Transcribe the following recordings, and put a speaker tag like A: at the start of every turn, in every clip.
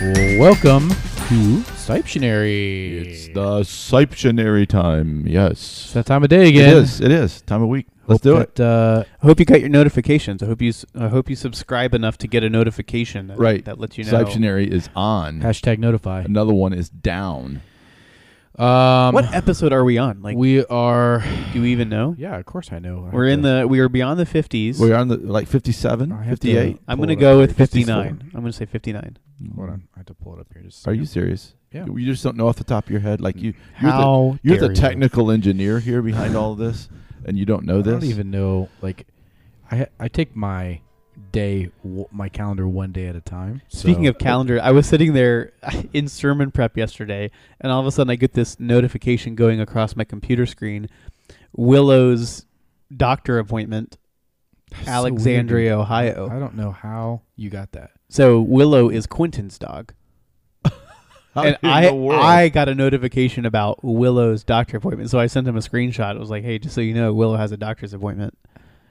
A: Welcome to Stiptionary.
B: It's the Siptionary time. Yes.
A: It's that time of day
B: It
A: again.
B: is. It is. Time of week. Let's
A: Hope
B: do it.
A: that, Uh,
C: I hope you got your notifications. I hope you s- I hope you subscribe enough to get a notification that,
B: Right.
C: that lets you know.
B: Siptionary is on.
A: hashtag notify.
B: Another one is down.
A: Um,
C: what episode are we on? Like
A: we are.
C: do we even know?
A: Yeah, of course I know. I
C: We're
A: have
C: in
A: to-
C: the we are beyond the 50s.
B: We're on the like 57,
A: I have to
B: 58.
C: I'm
A: pull
C: going to
A: it
C: go
A: up.
C: with
B: 54.
C: 59. I'm going to say 59.
A: Hold on, I have to pull it up here. Just a
B: Are you
A: second.
B: serious?
A: Yeah. Mm.
B: You just don't know off the top of your head. Like you, you're the,
A: How
B: you're
A: dare
B: the technical engineer here behind all of this, and you don't know
A: You? I
B: this.
A: don't even know. Like, I ha- I take my day, w- my calendar one day at a time.
C: Speaking
A: so-
C: of calendar, I was sitting there in sermon prep yesterday and all of a sudden I get this notification going across my computer screen. Willow's doctor appointment,
A: That's so weird,
C: Alexandria,
A: dude.
C: Ohio.
A: I don't know how you got that.
C: So Willow is Quentin's dog.
B: How
C: and
B: in
C: I,
B: the world?
C: I got a notification about Willow's doctor appointment, so I sent him a screenshot. It was like, "Hey, just so you know, Willow has a doctor's appointment."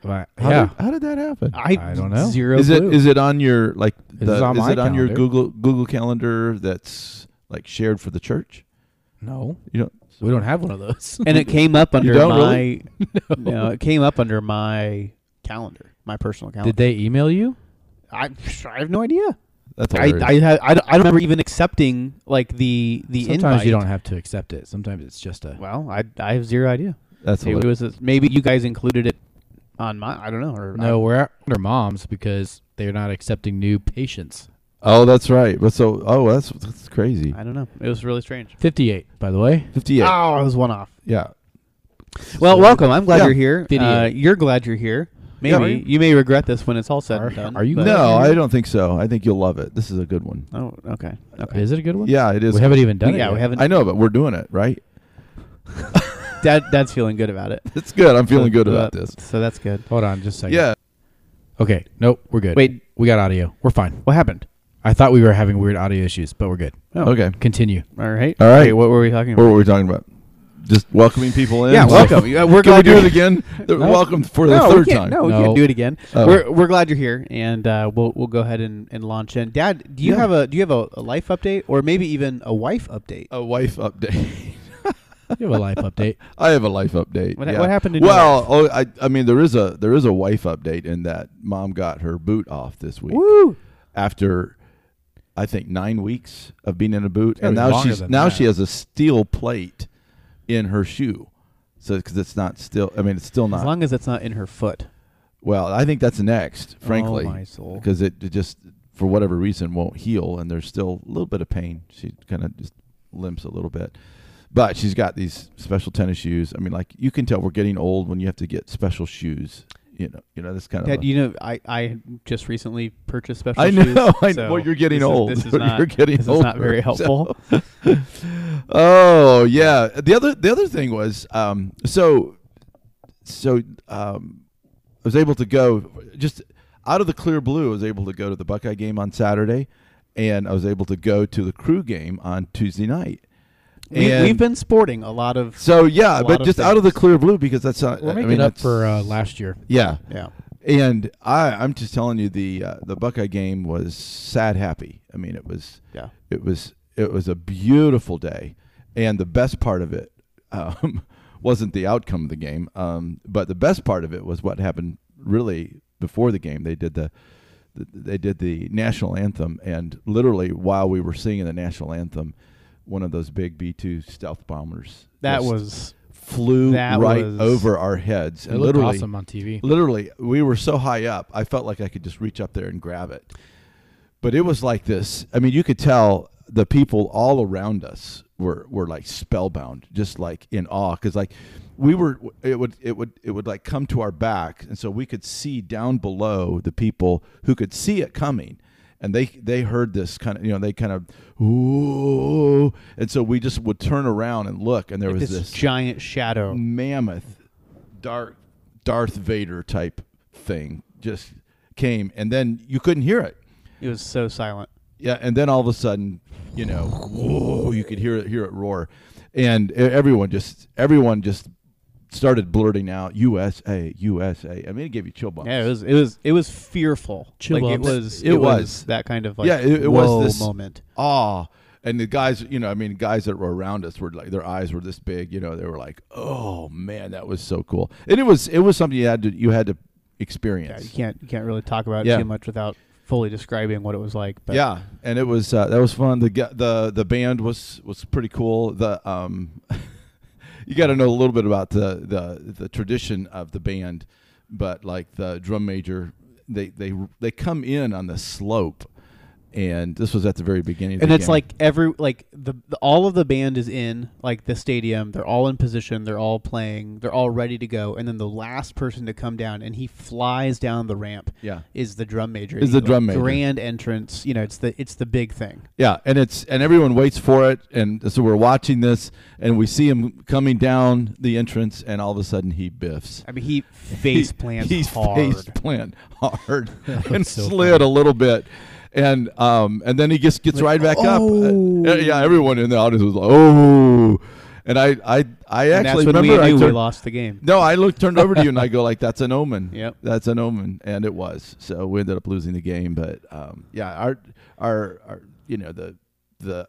A: But,
B: how,
A: yeah,
B: did, how did that happen?
C: I,
A: I don't know.
C: Zero.
B: Is it
C: clue.
B: is it on your like
A: It
B: the,
A: is on
B: is
A: my
B: it on your
A: calendar.
B: Google Google calendar that's like shared for the church?
A: no,
B: You don't.
A: we don't have one of those.
C: and it came up under
B: don't
C: my.
B: really?
C: no. it came up under my calendar, my personal calendar.
A: Did they email you?
C: I, I have no idea.
B: That's
C: I
B: hilarious.
C: I, had, I don't I don't remember even accepting like the the
A: Sometimes
C: invite.
A: you don't have to accept it. Sometimes it's just a.
C: Well, I I have zero idea.
B: that's
C: It
B: hilarious.
C: was a, maybe you guys included it on my. I don't know. Or
A: No, we're at their moms because they're not accepting new patients.
B: Oh, that's right. But so, oh, that's that's crazy.
C: I, I don't know. It was really strange.
A: 58, by the way.
B: Fifty-eight.
C: Oh, it was one off.
B: Yeah.
C: Well, welcome. I'm glad
B: Yeah.
C: you're here.
A: Video.
C: Uh, you're glad you're here.
B: Yeah.
C: Maybe you may regret this when it's all said
A: Are-
C: and done.
A: are you
C: but-
B: No, I don't think so. I think you'll love it. This is a good one.
C: Oh, okay. Okay.
A: Is it a good one?
B: Yeah, it is.
A: We haven't even done it.
C: yeah,
A: yet.
C: we haven't.
B: I know, but we're doing it right.
C: Dad, Dad's feeling good about it. Uh,
B: It's good. I'm feeling good about this.
C: So that's good.
A: Hold on just a second.
B: Yeah.
A: Okay. Nope, we're good.
C: Wait.
A: We got audio. We're fine.
C: What happened?
A: I thought we were having weird audio issues, but we're good.
C: Oh.
B: Okay.
A: Continue.
C: All right.
B: All right.
C: Okay, what were we talking
B: What
C: about?
B: were we talking about? Just welcoming people in.
C: yeah,
B: Like-
C: welcome. Yeah, we're
B: Can we
C: glad
B: do
C: you're
B: it again? The-
A: No.
B: Welcome for the
C: No, we
B: third
C: can't-
B: time.
C: No, we
A: No.
C: can't do it again.
B: Oh.
C: We're we're glad you're here, and uh, we'll we'll go ahead and, and launch in. Dad, do you
B: Yeah.
C: have a do you have a, a life update, or maybe even a wife update?
B: A wife update.
A: You have a life update.
B: I have a life update.
C: What,
B: yeah.
C: what happened in your
B: Well,
C: life?
B: oh, I, I mean, there is a there is a wife update in that mom got her boot off this week.
C: Woo!
B: after I think nine weeks of being in a boot,
A: gotta
B: and
A: be
B: now
A: longer
B: she's
A: than
B: now
A: that.
B: she has a steel plate in her shoe, so because it's not still. I mean, it's still
C: As
B: not.
C: long as it's not in her foot.
B: well, I think that's next, frankly,
C: oh, my soul.
B: because it, it just for whatever reason won't heal, and there's still a little bit of pain. She kind of just limps a little bit. But she's got these special tennis shoes. I mean, like you can tell we're getting old when you have to get special shoes. You know, you know this kind of.
C: Dad,
B: a-
C: you know, I, I just recently purchased special
B: I
C: shoes.
B: know. I
C: so
B: know. Well, you're getting
C: this is-
B: old.
C: this is
B: You're
C: not,
B: getting
C: this is not
B: older,
C: very
B: so-
C: helpful.
B: Oh yeah. The other the other thing was um, so so um, I was able to go just out of the clear blue. I was able to go to the Buckeye game on Saturday, and I was able to go to the Crew game on Tuesday night.
C: We,
B: And
C: we've been sporting a lot of
B: so yeah,
C: a lot
B: but
C: of
B: just out of the
C: things.
B: clear blue because that's not.
A: We're
B: I
A: making
B: mean,
A: up
B: that's-
A: for uh, last year.
B: yeah,
C: yeah.
B: and I I'm just telling you the uh, the Buckeye game was sad happy. I mean it was
C: Yeah.
B: it was it was a beautiful day, and the best part of it um, wasn't the outcome of the game, um, but the best part of it was what happened really before the game. They did the, the they did the national anthem, and literally while we were singing the national anthem, one of those big B two stealth bombers
C: That
B: just
C: was
B: flew
C: that
B: right
C: was-
B: over our heads,
A: It
B: and
A: looked
B: literally
A: awesome on TV.
B: Literally, we were so high up, I felt like I could just reach up there and grab it. But it was like this. I mean, you could tell the people all around us were were like spellbound, just like in awe, because like we were. It would it would it would like come to our back, and so we could see down below the people who could see it coming. And they they heard this kind of you know they kind of ooh and so we just would turn around and look and there was
C: this,
B: this Mm.
C: giant shadow.
B: mammoth dark Darth Vader type thing just came and then you couldn't hear it.
C: It was so silent.
B: Yeah, and then all of a sudden, you know, whoa, you could hear it hear it roar. And e- everyone just everyone just started blurting out USA, USA. I mean, it gave you chill bumps.
C: Yeah, it was it was it was fearful.
A: Chill
C: like it
A: bumps.
C: was
B: It
C: it, was.
B: was.
C: that kind of like
B: Yeah, it- it was
C: whoa
B: this-
C: moment.
B: awe. And the guys, you know, I mean, guys that were around us were like, their eyes were this big. You know, they were like, "Oh man, that was so cool." And it was, it was something you had to, you had to
C: Yeah, you
B: experience.
C: can't you can't really talk about it
B: Yeah.
C: too much without fully describing what it was like. But
B: Yeah, and it was uh, that was fun. The gu- the the band was was pretty cool. The um, you got to know a little bit about the the the tradition of the band, but like the drum major, they they they come in on the slope, and this was at the very beginning. of
C: and
B: the
C: it's
B: game.
C: like every like the, the all of the band is in like the stadium they're all in position they're all playing they're all ready to go and then the last person to come down and he flies down the ramp
B: yeah,
C: is the drum major
B: Is the
C: Like,
B: drum major.
C: grand entrance you know it's the it's the big thing
B: Yeah, and it's and everyone waits for it, and so we're watching this, and we see him coming down the entrance, and all of a sudden he biffs.
C: i mean he face plants
B: He- he's
C: hard
B: face plant hard and
A: so
B: slid a little bit, and um and then he just gets right back
C: oh.
B: up. Uh, yeah, everyone in the audience was like, oh, and I I I actually
C: and that's when
B: remember
C: we
B: I
C: knew we
B: turned-
C: lost the game
B: no, I looked turned over to you and I go like, "That's an omen."
C: Yep.
B: that's an omen, and it was. So we ended up losing the game, but um, yeah, our, our our you know the the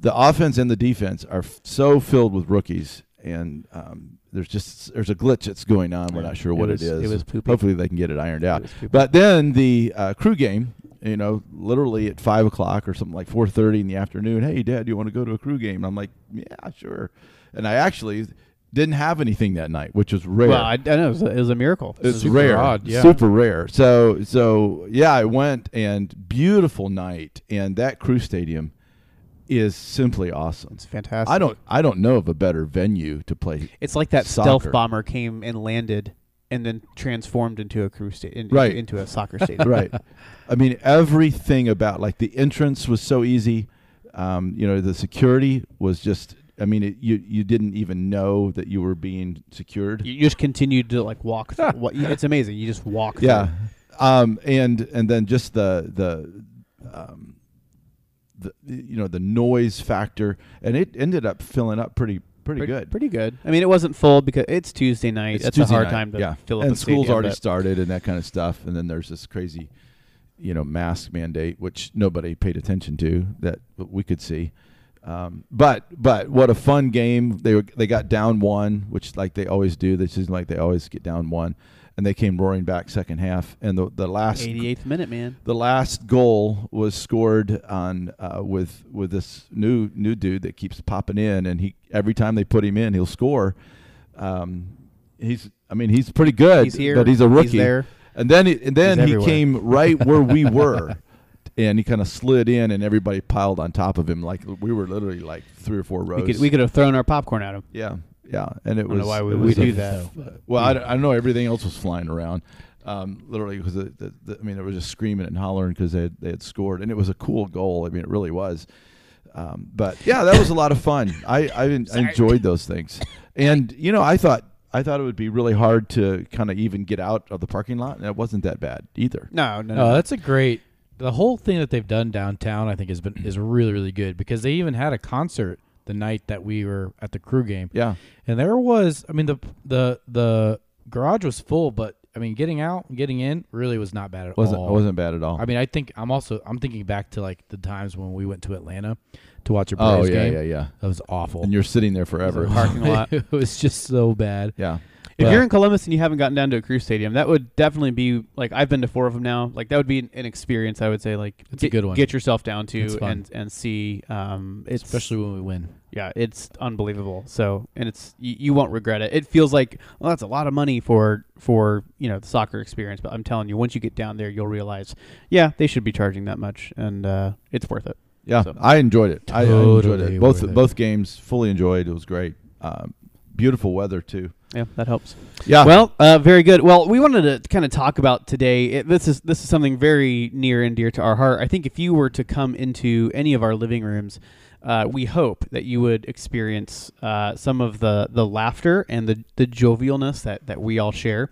B: the offense and the defense are f- so filled with rookies, and um, there's just there's a glitch that's going on. We're not sure
C: It
B: what
C: was-
B: it is.
C: it was poopy.
B: Hopefully, they can get it ironed out.
C: It was poopy.
B: But then the uh, crew game, you know, literally at five o'clock or something like four thirty in the afternoon. Hey, Dad, you want to go to a crew game? And I'm like, yeah, sure. And I actually didn't have anything that night, which was rare.
C: well i, I know it was, a, it was a miracle
B: it's
A: super
B: rare,
A: odd, yeah.
B: super rare. So, so yeah, I went and beautiful night, and that crew stadium is simply awesome.
C: it's fantastic
B: I don't, I don't know of a better venue to play.
C: It's like that
B: Soccer.
C: stealth bomber came and landed and then transformed into a crew sta- in,
B: Right.
C: into a soccer stadium.
B: right. I mean, everything about like the entrance was so easy. Um, you know, the security was just. I mean, it, you you didn't even know that you were being secured.
C: You just continued to like walk. Through. wa- It's amazing. You just walk.
B: Ah. yeah
C: through.
B: um and and then just the the um the you know the noise factor and it ended up filling up pretty pretty,
C: Pretty-
B: good
C: Pretty good. I mean, it wasn't full because it's Tuesday night.
B: It's
C: That's
B: Tuesday
C: a hard
B: night,
C: time to
B: yeah
C: fill up.
B: and
C: a
B: school's
C: stadium,
B: already
C: but
B: started and that kind of stuff and then there's this crazy you know mask mandate which nobody paid attention to that we could see um, but but what a fun game they were they got down one which like they always do they seem like they always get down one and they came roaring back second half and the the last
C: 88th minute, man.
B: the last goal was scored on uh, with with this new new dude that keeps popping in, and he every time they put him in, he'll score. Um, he's I mean he's pretty good,
C: He's here.
B: but he's a rookie.
C: there.
B: And then he- and then
C: He's
B: he
C: everywhere.
B: came right where we were, and he kind of slid in, and everybody piled on top of him like we were literally like three or four rows.
C: We could we could have thrown our popcorn at him.
B: yeah, yeah, and it
C: I don't
B: was
C: know why we
B: it
C: would
B: was a
C: do that.
B: well, I, don't- I know everything else was flying around, um, literally because the, the, the, I mean they were just screaming and hollering because they had, they had scored, and it was a cool goal. I mean, it really was. Um, but yeah, that was a lot of fun. I I, en- I enjoyed those things, and you know I thought I thought it would be really hard to kind of even get out of the parking lot, and it wasn't that bad either.
C: No, no, no.
A: Oh, that's a great. The whole thing that they've done downtown, I think, has been is really really good because they even had a concert the night that we were at the crew game.
B: Yeah,
A: And there was, I mean, the the the garage was full, but I mean, getting out, and getting in, really was not bad at
B: wasn't
A: all.
B: wasn't bad at all.
A: I mean, I think I'm also I'm thinking back to like the times when we went to Atlanta to watch a
B: oh
A: Braves
B: yeah,
A: game.
B: yeah, yeah.
A: That was awful.
B: And you're sitting there forever.
C: It was a parking lot.
A: it was just so bad.
B: Yeah,
C: If
A: But-
C: you're in Columbus and you haven't gotten down to a crew stadium, that would definitely be like I've been to four of them now. Like that would be an, an experience. I would say like
A: It's a
C: get-
A: good one.
C: Get yourself down
A: It's
C: to
A: fun.
C: and and see. Um, it's,
A: Especially when we win.
C: yeah, it's unbelievable. So and it's you, you won't regret it. It feels like well that's a lot of money for for you know the soccer experience, but I'm telling you, once you get down there, you'll realize yeah they should be charging that much and uh, it's worth it.
B: Yeah,
C: So-
B: I enjoyed it. I- I enjoyed
A: Totally
B: it. Both
A: worth it.
B: both games fully enjoyed. It was great. Um, beautiful weather too.
C: Yeah, that helps.
B: Yeah.
C: Well, uh, very good. Well, we wanted to kind of talk about today. It, this is this is something very near and dear to our heart. I think if you were to come into any of our living rooms, uh, we hope that you would experience uh, some of the the laughter and the the jovialness that that we all share.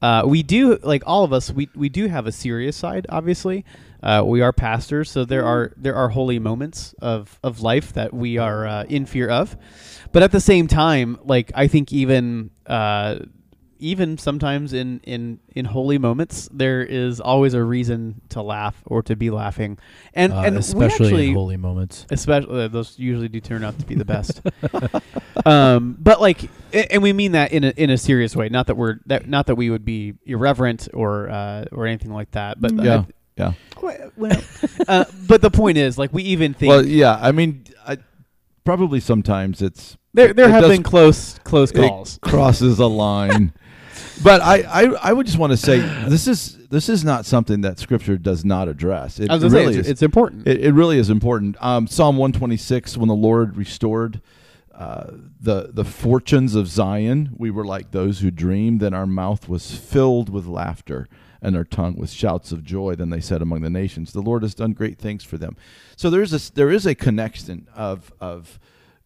C: Uh, we do like all of us. We we do have a serious side, obviously, Uh, we are pastors, so there are there are holy moments of of life that we are uh, in fear of. But at the same time, like I think even uh, even sometimes in in in holy moments, there is always a reason to laugh or to be laughing, and
A: uh,
C: and we
A: especially
C: actually
A: in holy moments.
C: especially uh, those usually do turn out to be the best um, but like a- and we mean that in a, in a serious way not that we're that not that we would be irreverent or uh, or anything like that but
B: Mm-hmm. Yeah. Yeah.
C: uh, well, uh, but the point is like we even think
B: Well, yeah. I mean, I, probably sometimes it's
C: there there
B: it
C: have
B: does-
C: been close close
B: it
C: calls
B: crosses a line. but I, I, I would just want to say this is this is not something that Scripture does not address. It
C: I was gonna
B: really
C: say
B: is.
C: it's, it's important
B: It, it really is important. Um, Psalm 126, when the Lord restored uh, the the fortunes of Zion, we were like those who dreamed. Then our mouth was filled with laughter, and our tongue with shouts of joy. Then they said among the nations, "The Lord has done great things for them." So there's a there is a connection of of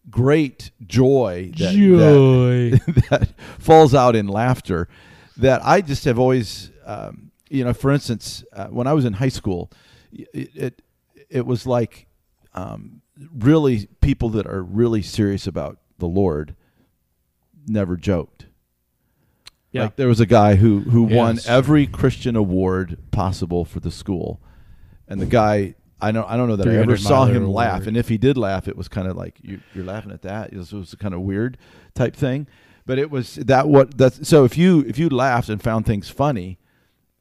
B: great joy that, that that falls out in laughter that I just have always, um, you know, for instance, uh, when I was in high school, y- it it, it was like um, really people that are really serious about the Lord never joked.
A: Yeah.
B: Like there was a guy who who won
A: Yes.
B: every Christian award possible for the school, and the guy. I don't, I don't know that I ever
A: 300
B: saw
A: miler
B: him laugh,
A: award.
B: and if he did laugh, it was kind of like you, you're laughing at that. It was, it was kind of weird type thing, but it was that what that's so if you if you laughed and found things funny,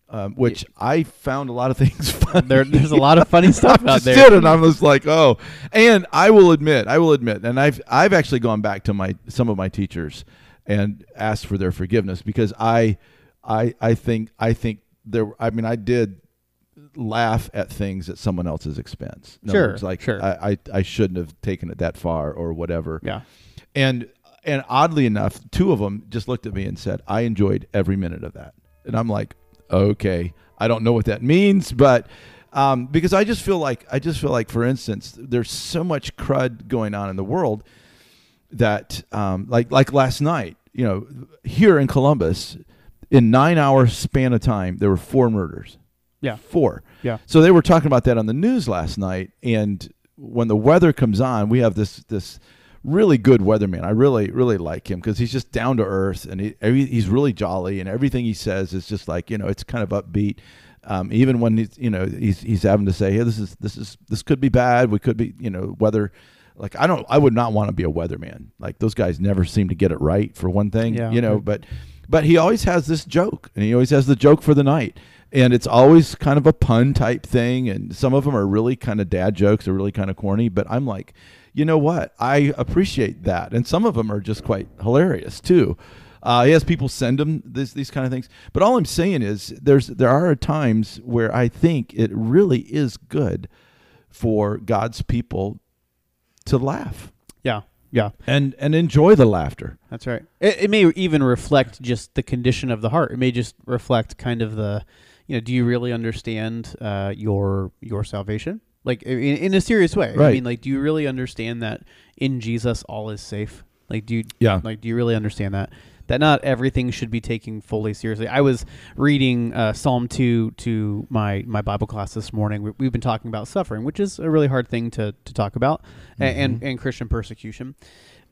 B: um, which I found a lot of things funny.
C: there, there's a lot of funny stuff
B: I
C: out
B: just
C: there
B: did, and I'm just like, oh. And I will admit, I will admit, and I've I've actually gone back to my some of my teachers and asked for their forgiveness because I I I think I think there. I mean, I did laugh at things at someone else's expense. In other
C: Sure,
B: words, like
C: sure.
B: I, I I shouldn't have taken it that far or whatever.
C: yeah
B: And and oddly enough, two of them just looked at me and said, "I enjoyed every minute of that." And I'm like, "Okay, I don't know what that means, but um, because I just feel like I just feel like, for instance, there's so much crud going on in the world that, um, like like last night, you know, here in Columbus, in nine hour span of time, there were four murders.
C: Yeah.
B: four.
C: Yeah.
B: So they were talking about that on the news last night, and when the weather comes on, we have this this really good weatherman. I really really like him because he's just down to earth and he every- he's really jolly, and everything he says is just like you know it's kind of upbeat. Um, even when he's you know he's he's having to say, hey, this is this is this could be bad. We could be you know weather. Like I don't, I would not want to be a weatherman. Like those guys never seem to get it right for one thing,
C: Yeah.
B: you know. But but he always has this joke, and he always has the joke for the night. And it's always kind of a pun type thing. And some of them are really kind of dad jokes, are really kind of corny. But I'm like, you know what? I appreciate that. And some of them are just quite hilarious too. Uh, he has people send him this, these kind of things. But all I'm saying is, there's there are times where I think it really is good for God's people to laugh
C: yeah yeah
B: and and enjoy the laughter.
C: That's right. It, it may even reflect just the condition of the heart. It may just reflect kind of the, you know, do you really understand uh, your your salvation? Like i- in, in a serious way. I
B: Right.
C: mean, like, do you really understand that in Jesus all is safe? Like, do you
B: Yeah.
C: like do you really understand that? That not everything should be taken fully seriously. I was reading uh, Psalm two to my, my Bible class this morning. We, we've been talking about suffering, which is a really hard thing to, to talk about, a-
B: Mm-hmm.
C: and and Christian persecution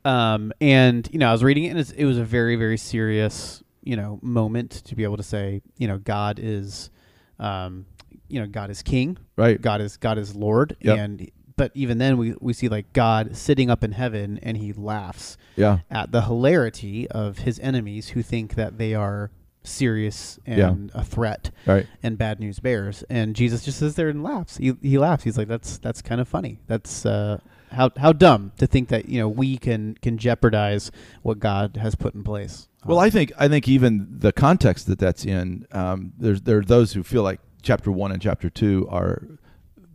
C: um, and you know I was reading it, and it's, it was a very very serious you know moment to be able to say you know God is, um, you know God is King,
B: Right.
C: God is God is Lord,
B: Yep.
C: and but even then we we see like God sitting up in heaven and he laughs
B: Yeah.
C: at the hilarity of his enemies who think that they are serious and a threat
B: Right.
C: and bad news bears and Jesus just sits there and laughs. He, he laughs. He's like, that's that's kind of funny. That's uh, how how dumb to think that you know we can can jeopardize what God has put in place.
B: Well, I think I think even the context that that's in, um, there's there are those who feel like chapter one and chapter two are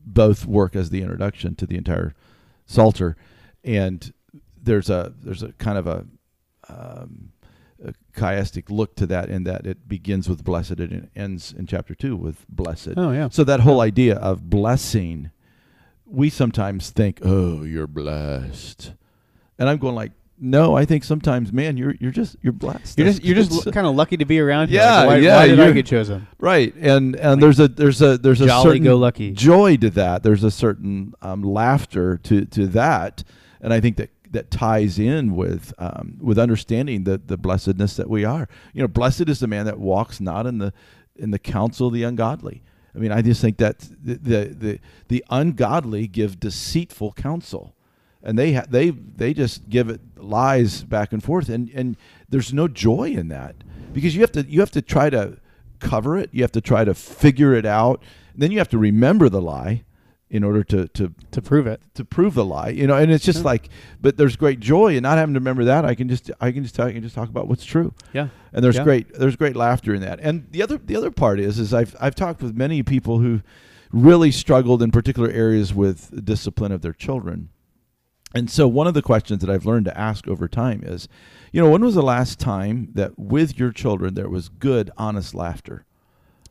B: both work as the introduction to the entire Psalter, and there's a there's a kind of a, um, a chiastic look to that in that it begins with blessed and it ends in chapter two with blessed.
C: oh yeah,
B: So that whole idea of blessing, we sometimes think, "Oh, you're blessed," and I'm going like, no, I think sometimes, man, you're you're just you're blessed.
C: You're just you're just kind of lucky to be around here. Like,
B: Yeah,
C: why,
B: yeah,
C: Why did I
B: you're-
C: get chosen?
B: right, and and there's a there's a there's a
C: Jolly
B: certain
C: go lucky.
B: joy to that. There's a certain um, laughter to to that, and I think that that ties in with um, with understanding the the blessedness that we are. You know, blessed is the man that walks not in the in the counsel of the ungodly. I mean, I just think that the the the, the ungodly give deceitful counsel and they ha- they they just give it lies back and forth and and there's no joy in that because you have to you have to try to cover it you have to try to figure it out then you have to remember the lie in order to to
C: To prove it.
B: to prove the lie you know and it's just like but there's great joy in not having to remember that i can just i can just tell, i can just talk about what's true
C: Yeah.
B: and there's
C: Yeah.
B: great there's great laughter in that. And the other the other part is is I've I've talked with many people who really struggled in particular areas with discipline of their children. And so one of the questions that I've learned to ask over time is, you know, when was the last time that with your children there was good honest laughter?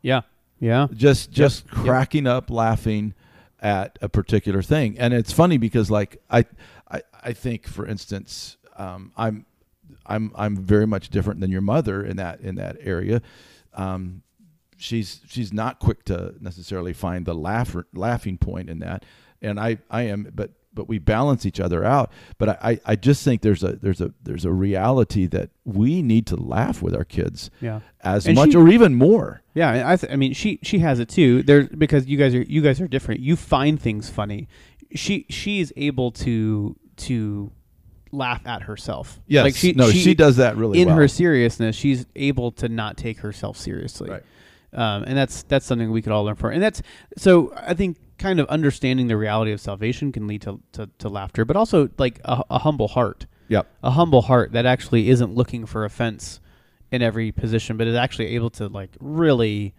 C: Yeah. Yeah.
B: just just cracking up laughing at a particular thing and it's funny because like i i, I think for instance um, i'm i'm i'm very much different than your mother in that in that area um, she's she's not quick to necessarily find the laugh laughing point in that and i i am but but we balance each other out but I, I i just think there's a there's a there's a reality that we need to laugh with our kids
C: Yeah.
B: as
C: And
B: much
C: she-
B: or even more
C: Yeah, and I, th- I mean, she she has it too. There because you guys are you guys are different. You find things funny. She she is able to to laugh at herself.
B: Yes.
C: like she
B: No, she does that really
C: in
B: well.
C: her seriousness. She's able to not take herself seriously,
B: Right.
C: um, and that's that's something we could all learn from. And that's so I think kind of understanding the reality of salvation can lead to to, to laughter, but also like a, a humble heart
B: yep
C: a humble heart that actually isn't looking for offense in every position, but is actually able to like really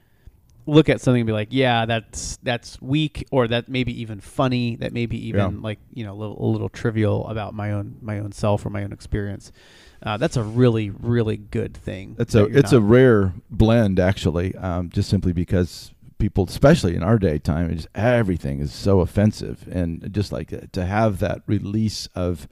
C: look at something and be like, yeah, that's that's weak, or that maybe even funny, that maybe even
B: Yeah.
C: like you know a little, a little trivial about my own my own self or my own experience. Uh, that's a really really good thing.
B: It's
C: that
B: a
C: you're
B: it's a
C: not-
B: rare blend actually, um, just simply because people, especially in our day time, it's everything is so offensive, and just like that, to have that release of,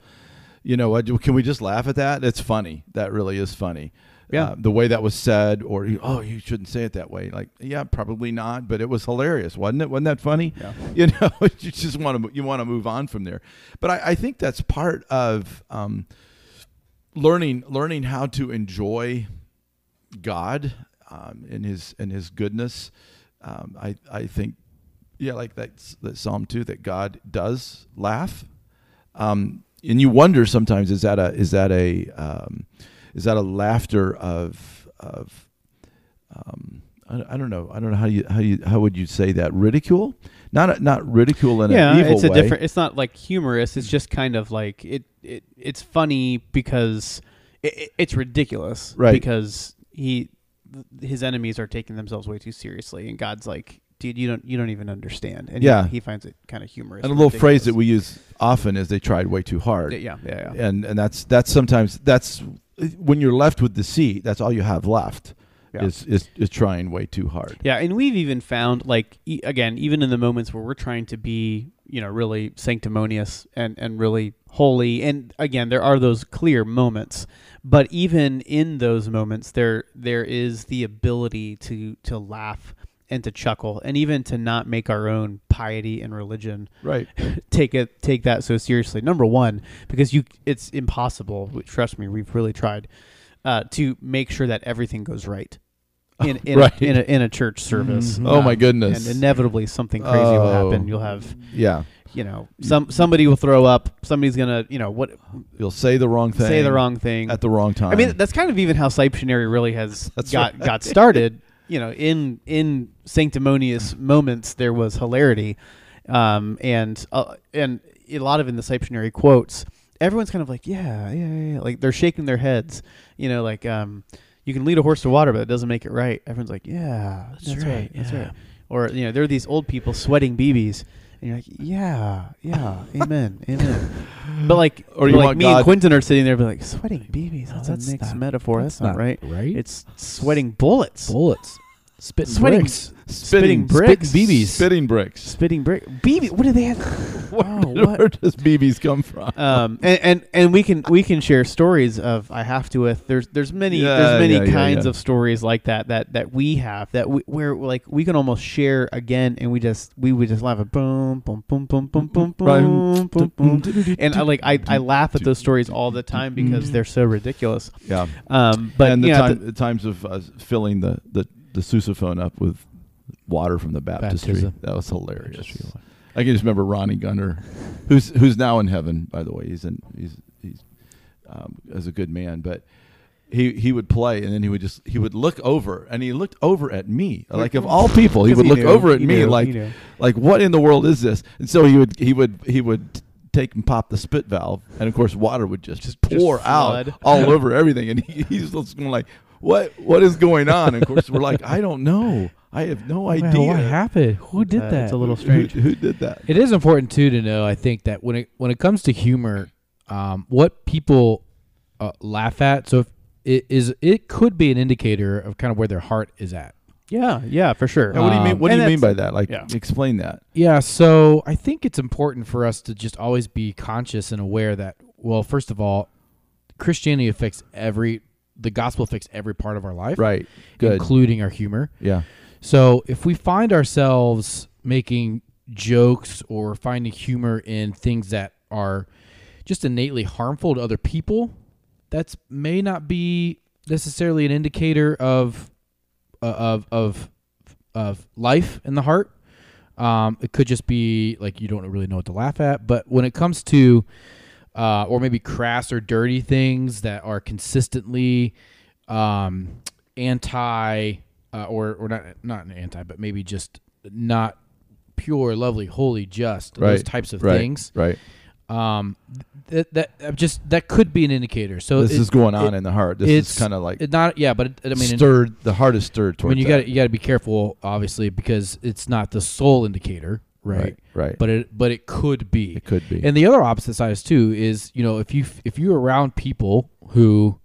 B: you know, what can we just laugh at that? It's funny. That really is funny.
C: Yeah.
B: Uh, the way that was said, or you- oh, you shouldn't say it that way. Like, yeah, probably not, but it was hilarious, wasn't it? Wasn't that funny?
C: Yeah.
B: You know, you just want to you want to move on from there. But I, I think that's part of um, learning learning how to enjoy God um, in his in his goodness. Um, I I think yeah, like that that Psalm two that God does laugh, um, and you wonder sometimes is that a is that a um, is that a laughter of of um, I, I don't know I don't know how you how you how would you say that ridicule not not ridicule in
C: yeah,
B: an evil
C: it's a
B: way.
C: different. It's not like humorous. It's just kind of like it. it it's funny because it, it, it's ridiculous.
B: Right.
C: Because he, th- his enemies are taking themselves way too seriously, and God's like, dude, you don't, you don't even understand. And he-
B: Yeah.
C: he, finds it kind of humorous.
B: and a little
C: ridiculous.
B: phrase that we use often is they tried way too hard.
C: Yeah, yeah, yeah.
B: and and that's that's sometimes that's when you're left with deceit that's all you have left
C: Yeah.
B: is, is is trying way too hard
C: Yeah, and we've even found like e- again, even in the moments where we're trying to be, you know, really sanctimonious and and really holy, and again, there are those clear moments, but even in those moments, there there is the ability to to laugh and to chuckle, and even to not make our own piety and religion
B: right
C: take it take that so seriously. Number one, because you it's impossible. Trust me, we've really tried uh, to make sure that everything goes right in in,
B: Right.
C: a, in, a, in a church service.
B: oh my
C: Um,
B: goodness
C: And inevitably, something crazy will happen.
B: Oh.
C: You'll have
B: yeah
C: you know some somebody will throw up. Somebody's gonna you know what
B: you'll say the wrong thing
C: say the wrong thing.
B: at the wrong time
C: I mean, that's kind of even how Siptionary really has
B: That's
C: got
B: right.
C: got started. You know, in in sanctimonious moments, there was hilarity, um, and uh, and a lot of in the Siptionary quotes, everyone's kind of like, yeah, yeah, yeah, yeah. like they're shaking their heads. You know, like um, you can lead a horse to water, but it doesn't make it right. Everyone's like, yeah, that's, right,
A: right,
C: that's
A: yeah."
C: right. Or you know, there are these old people sweating BBs. And you're like, yeah, yeah, amen, amen. But like,
B: Or you
C: like
B: want
C: me
B: God-
C: and Quentin are sitting there, be like, sweating BBs.
A: No,
C: That's,
A: that's
C: a mixed
A: not-
C: metaphor. That's,
A: that's not
C: not, right.
A: right.
C: It's sweating bullets.
A: bullets. Spitting
C: Sweating-
A: bricks.
C: Spitting bricks?
A: Spitting BBs.
B: Spitting bricks.
C: Spitting brick. BB. What do they have?
A: oh, what?
B: Where does BBs come from?
C: um, and, and and we can we can share stories of I have to with there's there's many
B: Yeah,
C: there's many
B: yeah, yeah,
C: kinds
B: yeah.
C: of stories like that that that we have that we where like we can almost share again and we just we would just laugh at boom boom boom boom boom boom boom boom boom and I like I, I laugh at those stories all the time because they're so ridiculous.
B: Yeah.
C: Um, but
B: and the,
C: yeah,
B: time, the times of uh, filling the, the, the sousaphone up with water from the baptistry.
A: Baptism.
B: That was hilarious. I can just remember Ronnie Gunner, who's who's now in heaven, by the way. He's in he's he's um, as a good man, but he he would play and then he would just he would look over and he looked over at me like of all people he
C: 'Cause
B: would
C: he
B: look
C: knew,
B: over at
C: he
B: me
C: knew,
B: like
C: he knew.
B: like what in the world is this and so he would he would he would take and pop the spit valve and of course water would just,
C: just
B: pour
C: flood.
B: out all over everything and he, he's just going like what what is going on and of course we're like i don't know i have no
A: Wow,
B: idea
A: What happened? Who did
C: Uh,
A: that?
C: it's a little
B: Who-
C: strange.
B: who, did that
A: It is important too to know. I think that when it when it comes to humor, um, what people uh, laugh at. So if it is, it could be an indicator of kind of where their heart is at.
C: yeah, yeah, for sure. Um,
B: And what do you
A: Um,
B: mean? What do
C: and
B: you mean by
C: that's-
B: that? Like,
C: yeah.
B: explain that.
A: Yeah. So I think it's important for us to just always be conscious and aware that well, first of all, Christianity affects every the gospel affects every part of our life,
B: Right. Good.
A: including our humor.
B: yeah.
A: So if we find ourselves making jokes or finding humor in things that are just innately harmful to other people, that's may not be necessarily an indicator of uh, of of of life in the heart. Um, it could just be like you don't really know what to laugh at. But when it comes to uh, or maybe crass or dirty things that are consistently um, anti uh, or or not not an anti, but maybe just not pure, lovely, holy, just
B: Right.
A: those types of
B: right,
A: things.
B: Right.
A: Um, that that I'm just that could be an indicator. So
B: This
A: is
B: is going on in the heart. This
A: it's
B: is kind of like
A: it not yeah, but it, I mean in-
B: stirred. The heart is stirred
A: I
B: towards.
A: mean, you
B: that.
A: got you got to be careful, obviously, because it's not the sole indicator, right?
B: Right, right.
A: But it but it could be.
B: It could be.
A: And the other opposite side is too is you know if you if you're around people who,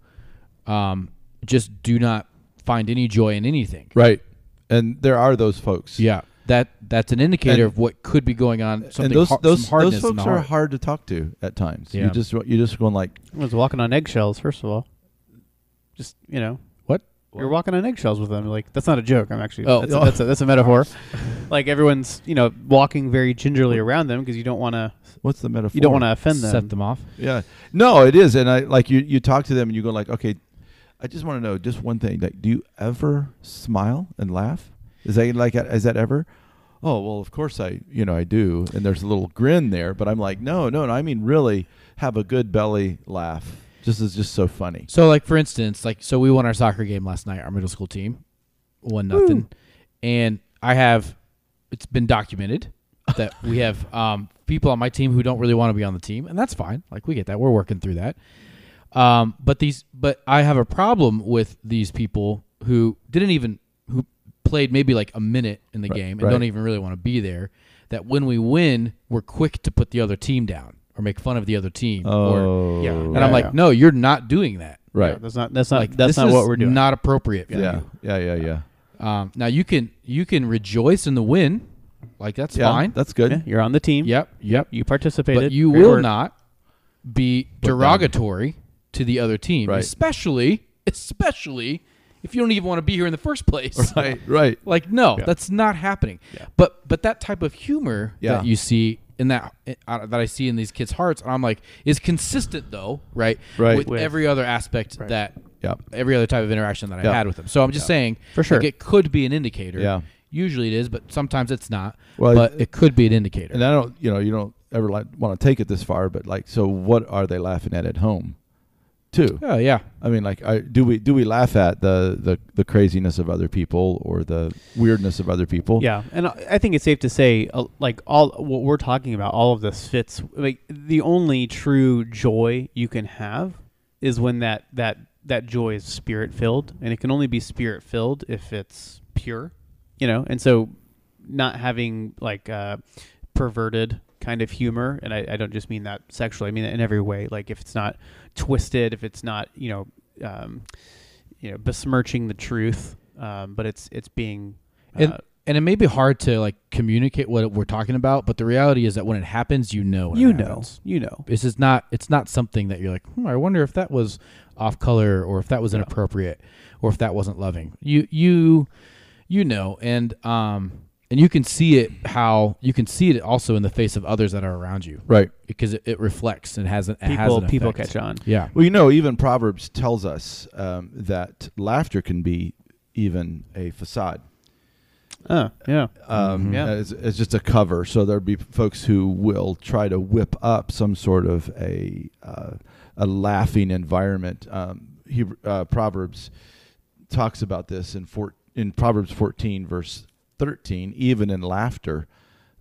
A: um, just do not find any joy in anything.
B: right. And there are those folks.
A: Yeah. That that's an indicator
B: And-
A: of what could be going on. Something
B: and those
A: har- some
B: those
A: hardness
B: those
A: in the
B: folks are
A: heart.
B: hard to talk to at times.
A: Yeah.
B: You just you just going like
C: I was walking on eggshells. First of all, just you know,
A: What?
C: You're walking on eggshells with them. Like that's not a joke. I'm actually.
A: Oh.
C: that's, a, that's, a, that's a metaphor. like everyone's, you know, walking very gingerly around them because you don't want to.
B: what's the metaphor?
C: You don't want to offend them.
A: Set them off.
B: Yeah. No, it is. And I like you. You talk to them and you go like, okay, I just want to know just one thing. Like, do you ever smile and laugh? Is that like is that ever? Oh well, of course I. You know I do. And there's a little grin there, but I'm like, no, no, no. I mean, really have a good belly laugh. This is just so funny.
A: So like for instance, like so we won our soccer game last night, our middle school team. One nothing. And I have it's been documented that we have um, people on my team who don't really want to be on the team, and that's fine. Like we get that. We're working through that. Um, but these but I have a problem with these people who didn't even who played maybe like a minute in the game and
B: right.
A: don't even really want to be there. That when we win, we're quick to put the other team down or make fun of the other team. or,
B: Oh,
C: yeah.
A: and I'm like, no, you're not doing that
B: right.
C: That's not. That's not.
A: like
C: that's
A: this
C: not
A: is
C: what we're doing.
A: Not appropriate. For
B: Yeah, yeah, yeah, yeah.
A: You. Um, now you can you can rejoice in the win, like that's
B: Yeah,
A: fine.
B: That's good.
C: Yeah, you're on the team.
A: yep, yep.
C: You participated.
A: But you
C: Or-
A: will not be derogatory to the other team,
B: Right.
A: especially especially if you don't even want to be here in the first place.
B: Right, right.
A: Like no,
C: Yeah.
A: that's not happening. But but that type of humor
B: Yeah.
A: that you see in that uh, that I see in these kids' hearts, and I'm like, is consistent though, right?
B: Right.
A: With,
C: With-
A: every other aspect that
B: Yep.
A: every other type of interaction that I
B: Yeah.
A: had with them. So I'm just saying,
C: For sure.
A: like, it could be an indicator.
B: Yeah.
A: Usually it is, but sometimes it's not.
B: Well,
A: but
B: it-
A: it could be an indicator.
B: And I don't, you know, you don't ever like want to take it this far, but like, so what are they laughing at at home, too?
A: oh yeah.
B: I mean, like, I, do we do we laugh at the, the the craziness of other people or the weirdness of other people?
C: Yeah, and I I think it's safe to say, uh, like all what we're talking about, all of this fits. Like the only true joy you can have is when that that that joy is spirit filled, and it can only be spirit filled if it's pure, you know. And so, not having like uh, perverted kind of humor, and I, I don't just mean that sexually. I mean that in every way. Like if it's not twisted, if it's not you know. Um, you know, besmirching the truth, um, but it's it's being uh,
A: And and it may be hard to like communicate what we're talking about, but the reality is that when it happens, you know. When
C: you
A: it
C: know
A: happens.
C: you know
A: This is not. It's not something that you're like. Hmm, I wonder if that was off color, or if that was inappropriate, or if that wasn't loving. You you you know, and um and you can see it how you can see it also in the face of others that are around you
B: Right.
A: because it, it reflects and has an it has
C: people
A: an
C: people
A: effect.
C: catch on.
A: Yeah.
B: Well, you know, even Proverbs tells us um, that laughter can be even a facade.
C: Oh yeah,
B: um,
C: Mhm. Yeah.
B: as, as just a cover. So there'd be folks who will try to whip up some sort of a uh, a laughing environment. Um, Hebrew, uh, Proverbs talks about this in four, in Proverbs 14 verse 13. Even in laughter,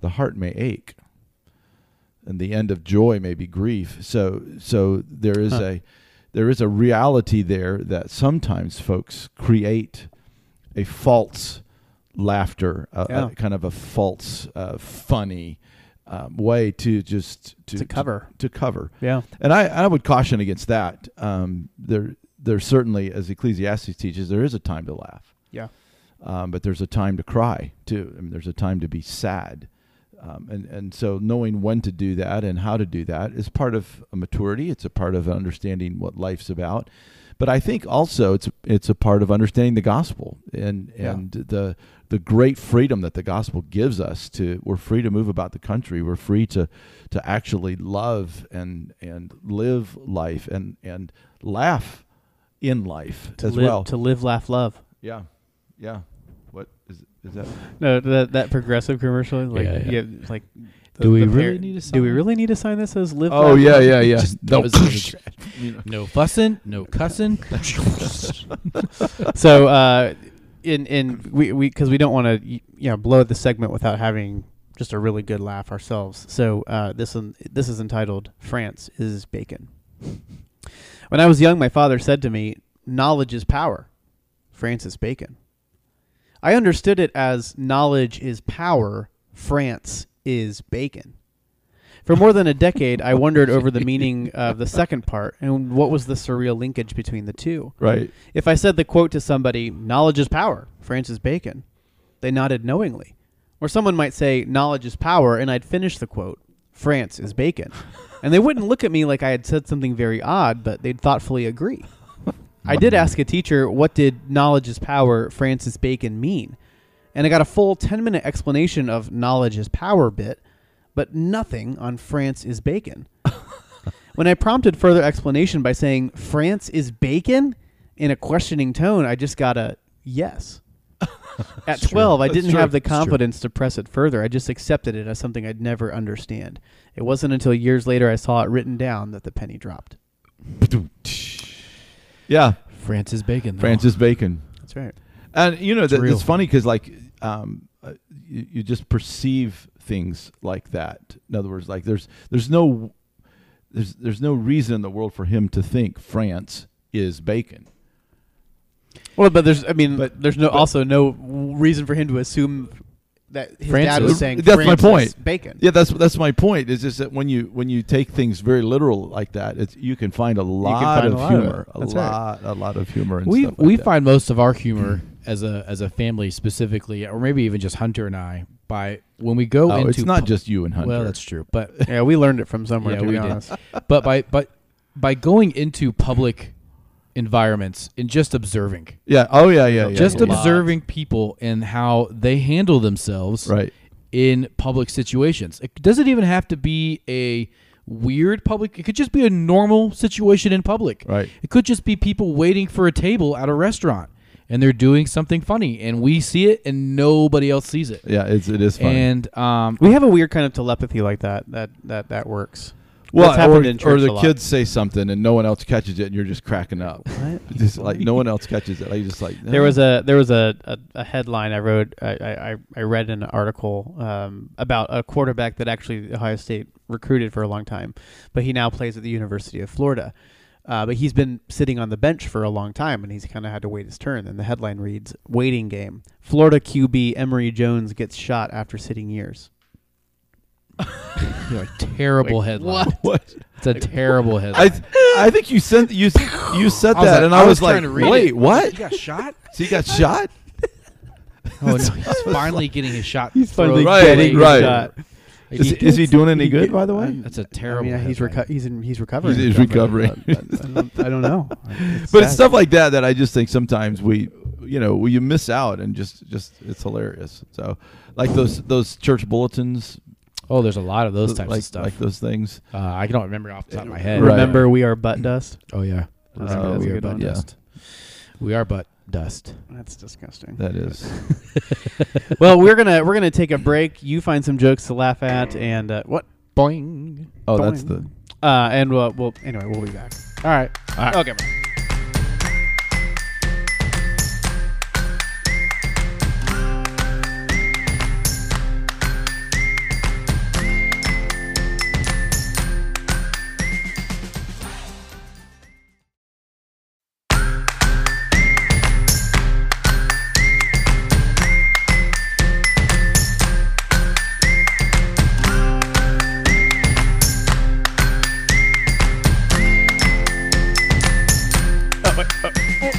B: the heart may ache, and the end of joy may be grief. So so there is
C: Huh.
B: a there is a reality there that sometimes folks create a false laughter, a, a
C: Yeah.
B: kind of a false, uh, funny um, way to just to,
C: To cover.
B: to, cover.
C: yeah.
B: And I, I would caution against that. Um, there there certainly, as Ecclesiastes teaches, there is a time to laugh.
C: Yeah.
B: Um, but there's a time to cry too. I mean, there's a time to be sad. Um, and, and so knowing when to do that and how to do that is part of a maturity. It's a part of understanding what life's about. But I think also it's it's a part of understanding the gospel and
C: Yeah.
B: and the the great freedom that the gospel gives us to we're free to move about the country. We're free to to actually love and and live life and and laugh in life
C: To
B: as
C: live,
B: well.
C: to live, laugh, love.
B: Yeah, yeah. What is is that?
C: No, that that progressive commercial, like
A: Yeah, yeah.
C: yeah, like.
A: Do we really
C: pair-
A: need a
C: Do we
A: sign?
C: really need a sign that says "Live"?
B: Oh
C: laugh,
B: yeah,
C: love?
B: yeah, yeah.
A: No,
B: No,
A: no fussing, no cussing.
C: so uh in in we we because we don't want to you know blow the segment without having just a really good laugh ourselves so uh this one this is entitled france is bacon when i was young my father said to me knowledge is power francis bacon i understood it as knowledge is power france is bacon for more than a decade i wondered over the meaning of the second part and what was the surreal linkage between the two
B: right.
C: if I said the quote to somebody, knowledge is power, Francis Bacon, they nodded knowingly. Or someone might say, knowledge is power, and I'd finish the quote, France is bacon. and they wouldn't look at me like I had said something very odd, but they'd thoughtfully agree. I did ask a teacher, what did knowledge is power, Francis Bacon mean? And I got a full 10 minute explanation of knowledge is power bit, but nothing on France is bacon. When I prompted further explanation by saying France is bacon in a questioning tone, I just got a yes. At 12, I
B: That's
C: didn't
B: true.
C: have the
B: That's true.
C: confidence to press it further. I just accepted it as something I'd never understand. It wasn't until years later I saw it written down that the penny dropped.
B: Yeah,
A: Francis Bacon. though.
B: Francis Bacon.
C: That's right.
B: And you know, that
A: real.
B: it's funny because like um, uh, you, you just perceive things like that. In other words, like there's there's no there's there's no reason in the world for him to think France is bacon.
C: Well, but there's, I mean,
B: But-
C: there's no also no reason for him to assume that his dad
A: Francis-
C: was saying
B: That's my
C: France
B: point.
C: is Bacon.
B: Yeah, that's that's my point. Is just that when you when you take things very literal like that, it's you can find a lot
C: find
B: of
C: a lot of
B: humor,
C: it. That's
B: a
C: right.
B: lot a lot of humor. And
A: we
B: stuff like
A: we
B: that.
A: find most of our humor as a as a family specifically, or maybe even just Hunter and I, by when we go
B: Oh,
A: into
B: it's not
A: pu-
B: just you and Hunter.
A: well, that's true, but
C: Yeah, we learned it from somewhere.
A: Yeah,
C: to
A: we
C: be
A: did.
C: honest.
A: but by but by going into public environments and just observing,
B: yeah. Oh yeah, yeah. yeah
A: just
B: yeah,
C: lot.
A: observing people and how they handle themselves,
B: Right.
A: in public situations. It doesn't even have to be a weird public. It could just be a normal situation in public.
B: Right.
A: It could just be people waiting for a table at a restaurant and they're doing something funny and we see it and nobody else sees it.
B: Yeah, it's it is funny.
A: And um
C: We have a weird kind of telepathy like that. That that that works.
B: well,
C: That's happened
B: or,
C: in church
B: or the
C: a lot.
B: kids say something and no one else catches it, and you're just cracking up. Just like no one else catches it. I just like
C: There was a there was a, a, a headline I wrote I, I, I- I read an article um, about a quarterback that actually Ohio State recruited for a long time, but he now plays at the University of Florida. Uh, but he's been sitting on the bench for a long time, and he's kind of had to wait his turn. And the headline reads: "Waiting game. Florida QB Emory Jones gets shot after sitting years."
A: you know, a terrible
C: Wait,
A: headline.
B: What?
A: It's a terrible headline.
B: I I think you sent you you said
A: I was
B: that,
A: like-
B: and
A: I
B: I
A: was
B: was,
A: trying
B: like,
A: to read
B: wait,
A: it.
B: what?
A: got shot?
B: So he got shot?
A: Oh, no, he's finally getting his shot.
C: He's finally
A: thrown
B: Right,
C: getting
A: away.
C: his
B: right.
C: shot.
A: Like,
B: Is,
A: he-
B: is he doing any
C: He
B: good,
C: get-
B: by the
C: I-
B: way?
A: That's a
C: I
A: terrible.
C: mean, he's
A: headline.
C: reco- he's in, he's recovering.
B: He's- he's recovering.
C: But- but I, don't, I don't know. It's
B: But it's
C: sad.
B: stuff like that that I just think sometimes we, you know, we, you miss out and just, just it's hilarious. So, like those those church bulletins,
A: Oh, there's a lot of those types
B: like,
A: of stuff.
B: like those things.
A: uh, I don't remember off the top of my head.
B: Right.
C: Remember, we are butt dust.
A: Oh yeah.
C: That's
B: a- that's
A: we
B: a
A: are
C: good
A: but
C: one.
A: dust. We are but dust.
C: That's disgusting.
B: That is.
C: well, we're gonna we're gonna take a break. You find some jokes to laugh at, and uh, what?
A: Boing.
B: Oh, that's the.
C: Uh, and uh, well, anyway, we'll be back.
A: All right.
C: Okay.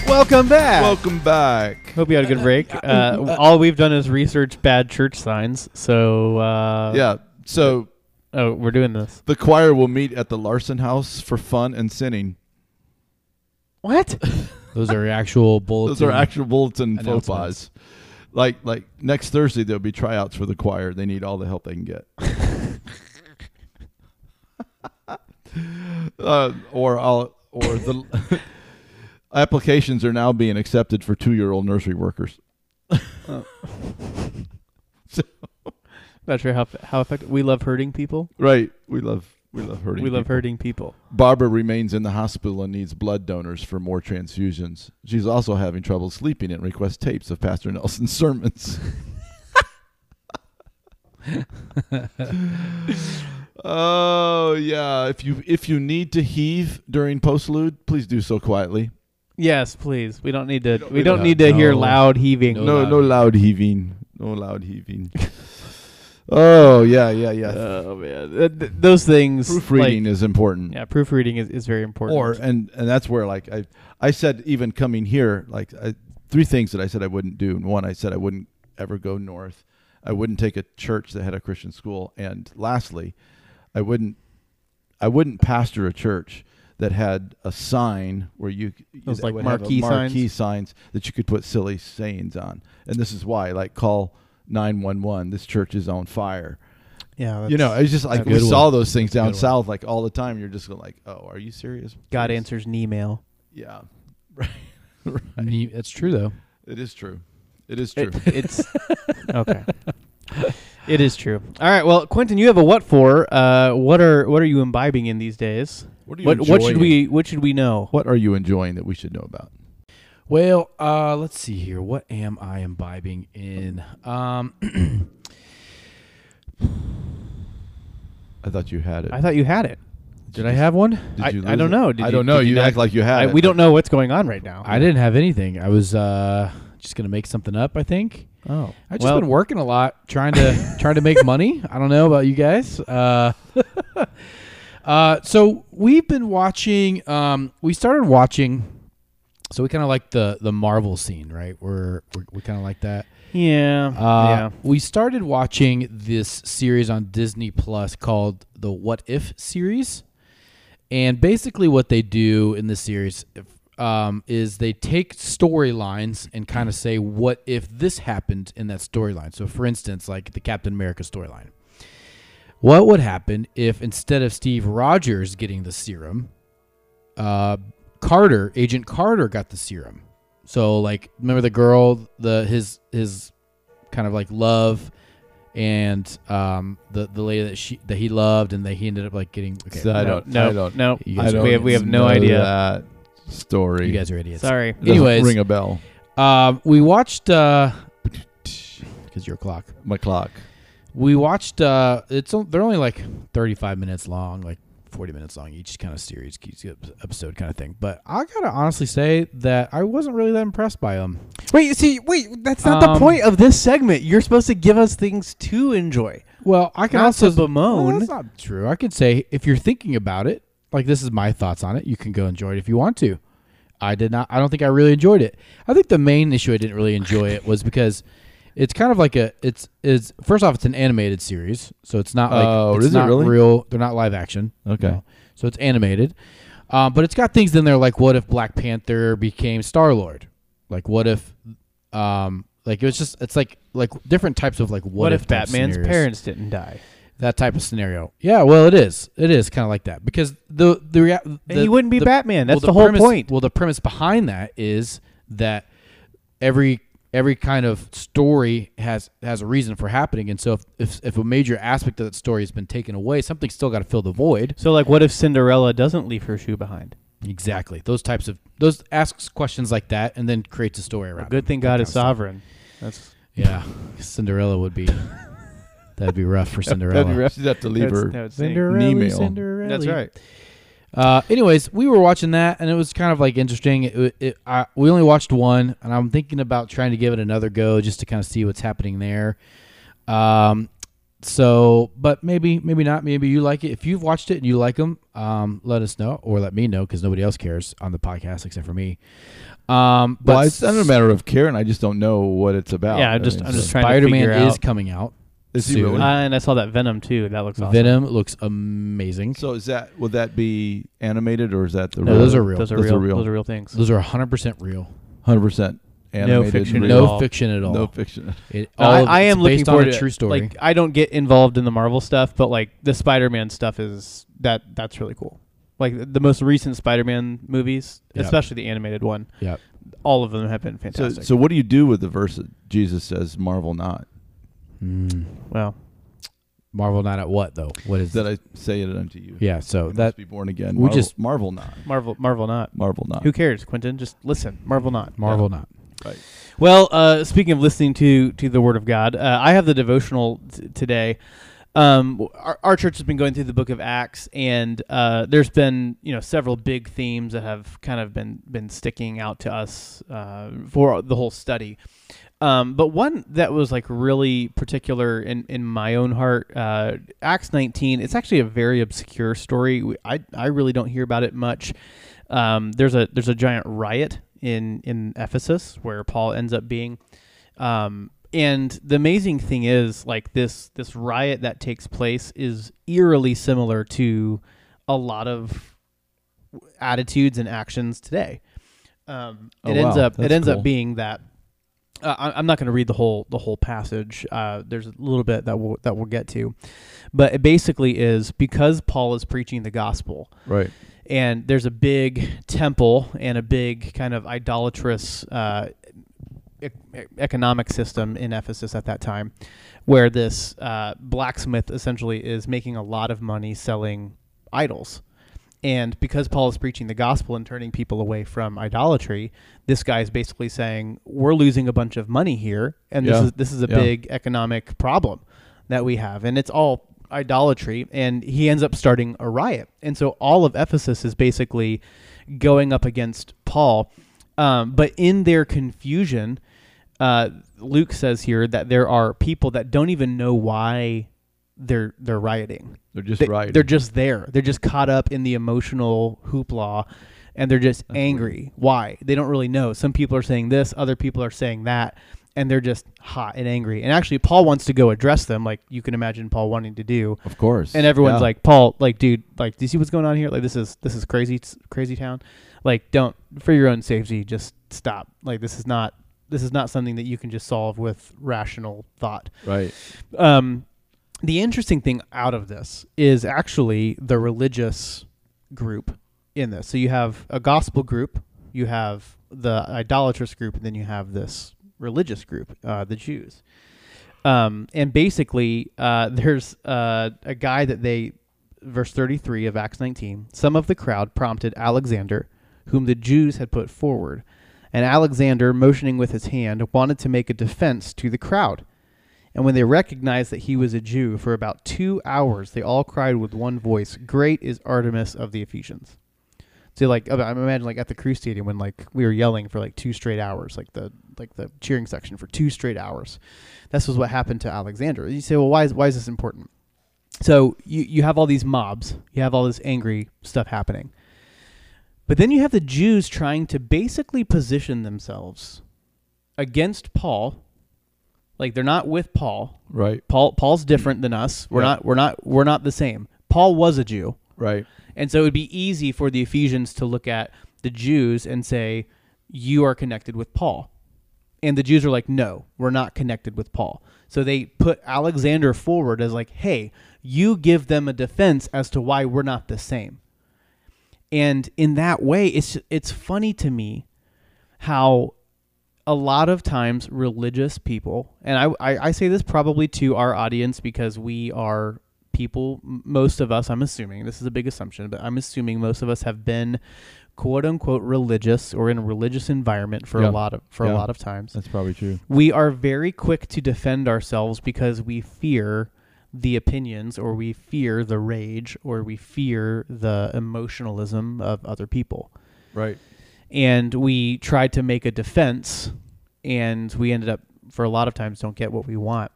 C: Welcome back.
B: Welcome back.
C: Hope you had a good break. Uh, all we've done is research bad church signs. So uh,
B: Yeah. So
C: Oh, we're doing this.
B: the choir will meet at the Larson house for fun and sinning.
C: What?
A: Those are actual bullets.
B: Those are actual bulletin faux
A: Announcements.
B: pas. Like like next Thursday there'll be tryouts for the choir. They need all the help they can get. uh, or I'll or the applications are now being accepted for two year old nursery workers.
C: Not sure how how effective. We love hurting people.
B: Right. We love we love hurting.
C: we love
B: people.
C: hurting people.
B: Barbara remains in the hospital and needs blood donors for more transfusions. She's also having trouble sleeping and requests tapes of Pastor Nelson's sermons. oh yeah, if you if you need to heave during postlude, please do so quietly.
C: Yes, please. We don't need to. We
B: we
C: don't
B: don't-
C: need to hear
A: no.
C: loud heaving.
A: No
B: No
A: loud-
B: no loud heaving. No loud heaving. oh yeah, yeah, yeah.
C: Oh man, Th- th- those things.
B: Proofreading
C: like-
B: is important.
C: yeah, proofreading is, is very important.
B: or and and that's where like I I said even coming here like I, three things that I said I wouldn't do and one I said I wouldn't ever go north I wouldn't take a church that had a Christian school and lastly I wouldn't I wouldn't pastor a church that had a sign where you
C: Those,
B: that
C: like,
B: would have a
C: marquee signs?
B: marquee signs that you could put silly sayings on and this is why like call 911 this church is on fire
C: yeah,
B: you know it's just like
A: that's
B: we
A: a good
B: saw
A: one.
B: those things
A: That's a
B: down
A: good one.
B: south like all the time you're just going like oh are you serious
C: God
B: Please.
C: answers an email.
B: Yeah. Right.
A: I mean, that's true though.
B: It is true. It is true.
C: It- it's okay. It is true. All right. Well, Quentin, you have a what for? Uh, what are what are you imbibing in these days?
B: what, are you
C: What what should
B: enjoying?
C: we what should we know?
B: What are you enjoying that we should know about?
A: Well, uh, let's see here. What am I imbibing in? Um,
B: I thought you had it.
C: I thought you had it.
A: did I have one?
B: Did
C: I-
B: you
C: I
B: lose
C: don't
B: it?
C: know. Did
B: I
C: you-
B: don't know.
C: did you
B: You,
C: not-
B: act like you had
C: I,
B: it.
C: we don't know what's going on right now.
A: I didn't have anything. I was uh, just gonna make something up. I think.
C: oh,
A: I've just
C: well,
A: been working a lot, trying to trying to make money. I don't know about you guys. Uh, uh, so we've been watching. Um, we started watching. So we kind of like the the Marvel scene, right? We're, we're we kind of like that.
C: Yeah.
A: Uh,
C: yeah.
A: We started watching this series on Disney Plus called the What If series. And basically, what they do in this series um, is they take storylines and kind of say, what if this happened in that storyline? So, for instance, like the Captain America storyline. What would happen if instead of Steve Rogers getting the serum, uh, Carter, Agent Carter, got the serum? So, like, remember the girl, the his his kind of like love, and um, the the lady that she that he loved, and that he ended up like getting. okay.
B: So I
C: No,
B: don't.
C: No.
B: I don't.
C: No.
A: You
B: I
A: guys
B: don't
C: we have we have no
B: know
C: idea.
B: that story.
A: You guys are idiots.
C: Sorry.
B: It doesn't
A: Anyways.
B: ring a bell.
A: Um, we watched uh, because your clock.
B: My clock.
A: We watched. Uh, it's on- they're only like thirty-five minutes long, like forty minutes long each kind of series, each episode kind of thing. But I gotta honestly say that I wasn't really that impressed by Um, them.
C: Wait, see, wait, that's
A: not the point
C: of this segment. You're supposed to give us things to enjoy.
A: Well, I can
C: Not
A: also
C: to bemoan.
A: Well, that's not true. I could say if you're thinking about it, like this is my thoughts on it. You can go enjoy it if you want to. I did not. I don't think I really enjoyed it. I think the main issue I didn't really enjoy it was because It's kind of like a it's is first off it's an animated series, so it's not like
B: Oh,
A: it's
B: is it
A: not
B: really?
A: real. They're not live action.
B: Okay.
A: No. So it's animated, um, but it's got things in there like what if Black Panther became Star Lord? Like what if, um, like it was just it's like like different types of like what,
C: What, if
A: type
C: Batman's
A: scenarios.
C: parents didn't die?
A: that type of scenario? Yeah, well it is it is kind of like that because the the, rea- the
C: And he wouldn't be
A: the-
C: Batman. That's
A: well,
C: the, whole
A: premise,
C: point.
A: Well, the premise behind that is that every every kind of story has has a reason for happening, and so if if, if a major aspect of that story has been taken away, something's still got to fill the void.
C: So, like, what if Cinderella doesn't leave her shoe behind?
A: Exactly. Those types of those asks questions like that, and then creates a story around.
C: Good
A: it.
C: thing God
A: That
C: is
A: kind
C: sovereign. That's
A: of stuff. Yeah, Cinderella would be. That'd be rough for Cinderella.
C: rough.
B: She'd have to leave
C: That's-
B: her.
C: that's-
A: Cinderella,
B: Nemail.
A: Cinderella.
C: That's right.
A: Uh, anyways, we were watching that, and it was kind of like interesting. It, it, I, we only watched one, and I'm thinking about trying to give it another go just to kind of see what's happening there. Um, so, but maybe, maybe not. Maybe you like it. If you've watched it and you like them, um, let us know or let me know because nobody else cares on the podcast except for me. Um, but
B: well, it's not a matter of care, and I just don't know what it's about.
C: Yeah, I'm
B: I
C: just-
B: mean,
C: I'm
B: so-
C: just trying to
A: Spider-Man
C: figure
A: is
C: out-
A: coming out.
B: Is he
A: soon.
B: really?
C: Uh, and I saw that Venom too. That looks awesome.
A: Venom looks amazing.
B: So is that would that be animated or is that the
A: No,
B: real?
A: those are real.
C: Those are
B: Those
C: real.
B: are real.
C: Those are real things.
A: Those are 100% real.
B: hundred percent animated?
C: fiction at
B: real?
A: no
C: all.
A: fiction at all.
B: No fiction.
A: It,
C: No,
A: all
C: I,
A: of
C: I
A: it's
C: am looking
A: based on
C: forward
A: a
C: to
A: true story.
C: Like, I don't get involved in the Marvel stuff, but like the Spider-Man stuff is that that's really cool. Like the- the most recent Spider-Man movies,
A: Yep.
C: especially the animated one,
A: yeah.
C: all of them have been
B: So,
C: fantastic.
B: so what do you do with the verse that Jesus says, "Marvel not"?
C: well,
A: Mm. Marvel not at what though? What is
B: That I say it unto you.
A: Yeah, so
B: You
A: that
B: must be born again.
A: we
B: Marvel,
A: just-
B: Marvel not.
C: Marvel, Marvel not.
B: Marvel not.
C: Who cares, Quentin? Just listen. Marvel not.
A: Marvel not.
B: Right.
C: Well, uh, speaking of listening to to the Word of God, uh, I have the devotional t- today. Um, our, our church has been going through the Book of Acts, and uh, there's been you know several big themes that have kind of been been sticking out to us uh, for the whole study. Um, but one that was like really particular in, in my own heart, uh, Acts 19, it's actually a very obscure story. We- I, I really don't hear about it much. Um, there's a, there's a giant riot in, in Ephesus where Paul ends up being. Um, and the amazing thing is like this, this riot that takes place is eerily similar to a lot of attitudes and actions today. Um,
B: Oh,
C: it ends
B: wow.
C: up, it
B: That's
C: ends up
B: cool.
C: being being that uh, I- I'm not going to read the whole the whole passage. Uh, there's a little bit that we'll that we'll get to, but it basically is because Paul is preaching the gospel,
B: Right.
C: and there's a big temple and a big kind of idolatrous uh, ec- economic system in Ephesus at that time, where this uh, blacksmith essentially is making a lot of money selling idols. And because Paul is preaching the gospel and turning people away from idolatry, this guy is basically saying we're losing a bunch of money here, and this
B: Yeah.
C: is this is a
B: Yeah.
C: big economic problem that we have, and it's all idolatry. And he ends up starting a riot, and so all of Ephesus is basically going up against Paul. Um, but in their confusion, uh, Luke says here that there are people that don't even know why they're they're rioting.
B: They're just
C: They,
B: right.
C: They're just there. They're just caught up in the emotional hoopla, and they're just angry. Why? They don't really know. Some people are saying this, other people are saying that, and they're just hot and angry. And actually, Paul wants to go address them, like you can imagine Paul wanting to do.
B: of course.
C: And everyone's
B: Yeah.
C: like, Paul, like, dude, like, do you see what's going on here? Like, this is this is crazy, crazy town. Like, don't for your own safety, just stop. Like, this is not this is not something that you can just solve with rational thought.
B: right.
C: Um, the interesting thing out of this is actually the religious group in this. So you have a gospel group, you have the idolatrous group, and then you have this religious group, uh, the Jews. Um, and basically, uh, there's uh, a guy that they, verse 33 of Acts 19, some of the crowd prompted Alexander, whom the Jews had put forward. And Alexander, motioning with his hand, wanted to make a defense to the crowd. And when they recognized that he was a Jew, for about two hours they all cried with one voice, "Great is Artemis of the Ephesians." So like, I I imagine like at the Crew Stadium when like we were yelling for like two straight hours, like the like the cheering section for two straight hours. This was what happened to Alexander. You say, well, why is why is this important? So you you have all these mobs, you have all this angry stuff happening, but then you have the Jews trying to basically position themselves against Paul Like they're not with Paul.
B: Right.
C: Paul Paul's different than us. We're
B: Yeah.
C: not we're not we're not the same. Paul was a Jew.
B: Right.
C: And so it would be easy for the Ephesians to look at the Jews and say, You are connected with Paul. And the Jews are like, No, we're not connected with Paul. So they put Alexander forward as like, Hey, you give them a defense as to why we're not the same. And in that way, it's it's funny to me how a lot of times religious people, and I, I, I say this probably to our audience because we are people, m- most of us, I'm assuming, this is a big assumption, but I'm assuming most of us have been quote unquote religious or in a religious environment for
B: Yeah.
C: a lot of for
B: Yeah.
C: a lot of times.
B: That's probably true.
C: We are very quick to defend ourselves because we fear the opinions or we fear the rage or we fear the emotionalism of other people
B: Right.
C: and we tried to make a defense and we ended up for a lot of times don't get what we want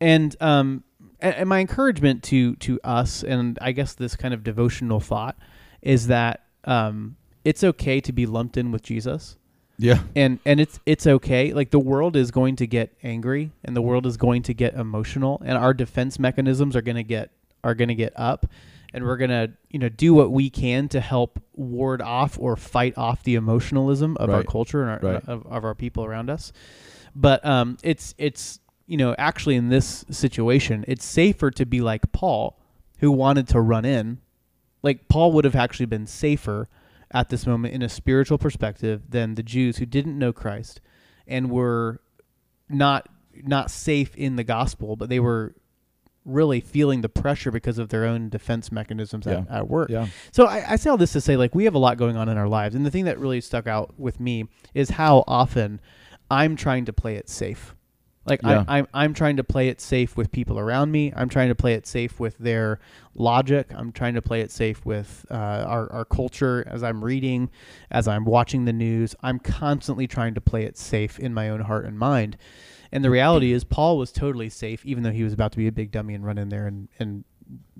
C: and um and, and my encouragement to to us and i guess this kind of devotional thought is that um it's okay to be lumped in with jesus
B: Yeah.
C: and and it's it's okay like the world is going to get angry and the world is going to get emotional and our defense mechanisms are going to get are going to get up and we're going to you know do what we can to help ward off or fight off the emotionalism of our
B: Right.
C: culture and our,
B: Right.
C: of, of our people around us but um it's it's you know actually in this situation it's safer to be like Paul who wanted to run in like Paul would have actually been safer at this moment in a spiritual perspective than the Jews who didn't know Christ and were not not safe in the gospel, but they were really feeling the pressure because of their own defense mechanisms at,
B: Yeah.
C: at work.
B: Yeah.
C: So I, I say all this to say, like, we have a lot going on in our lives, and the thing that really stuck out with me is how often I'm trying to play it safe. Like
B: Yeah.
C: I, I'm, I'm trying to play it safe with people around me. I'm trying to play it safe with their logic. I'm trying to play it safe with uh, our, our culture as I'm reading, as I'm watching the news. I'm constantly trying to play it safe in my own heart and mind. And the reality is, Paul was totally safe, even though he was about to be a big dummy and run in there and, and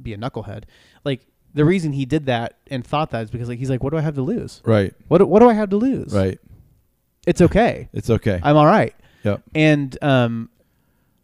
C: be a knucklehead. Like the reason he did that and thought that is because like he's like, what do I have to lose?
B: Right.
C: What do- what do I have to lose?
B: Right.
C: It's okay.
B: It's okay.
C: I'm all right.
B: yep.
C: And um,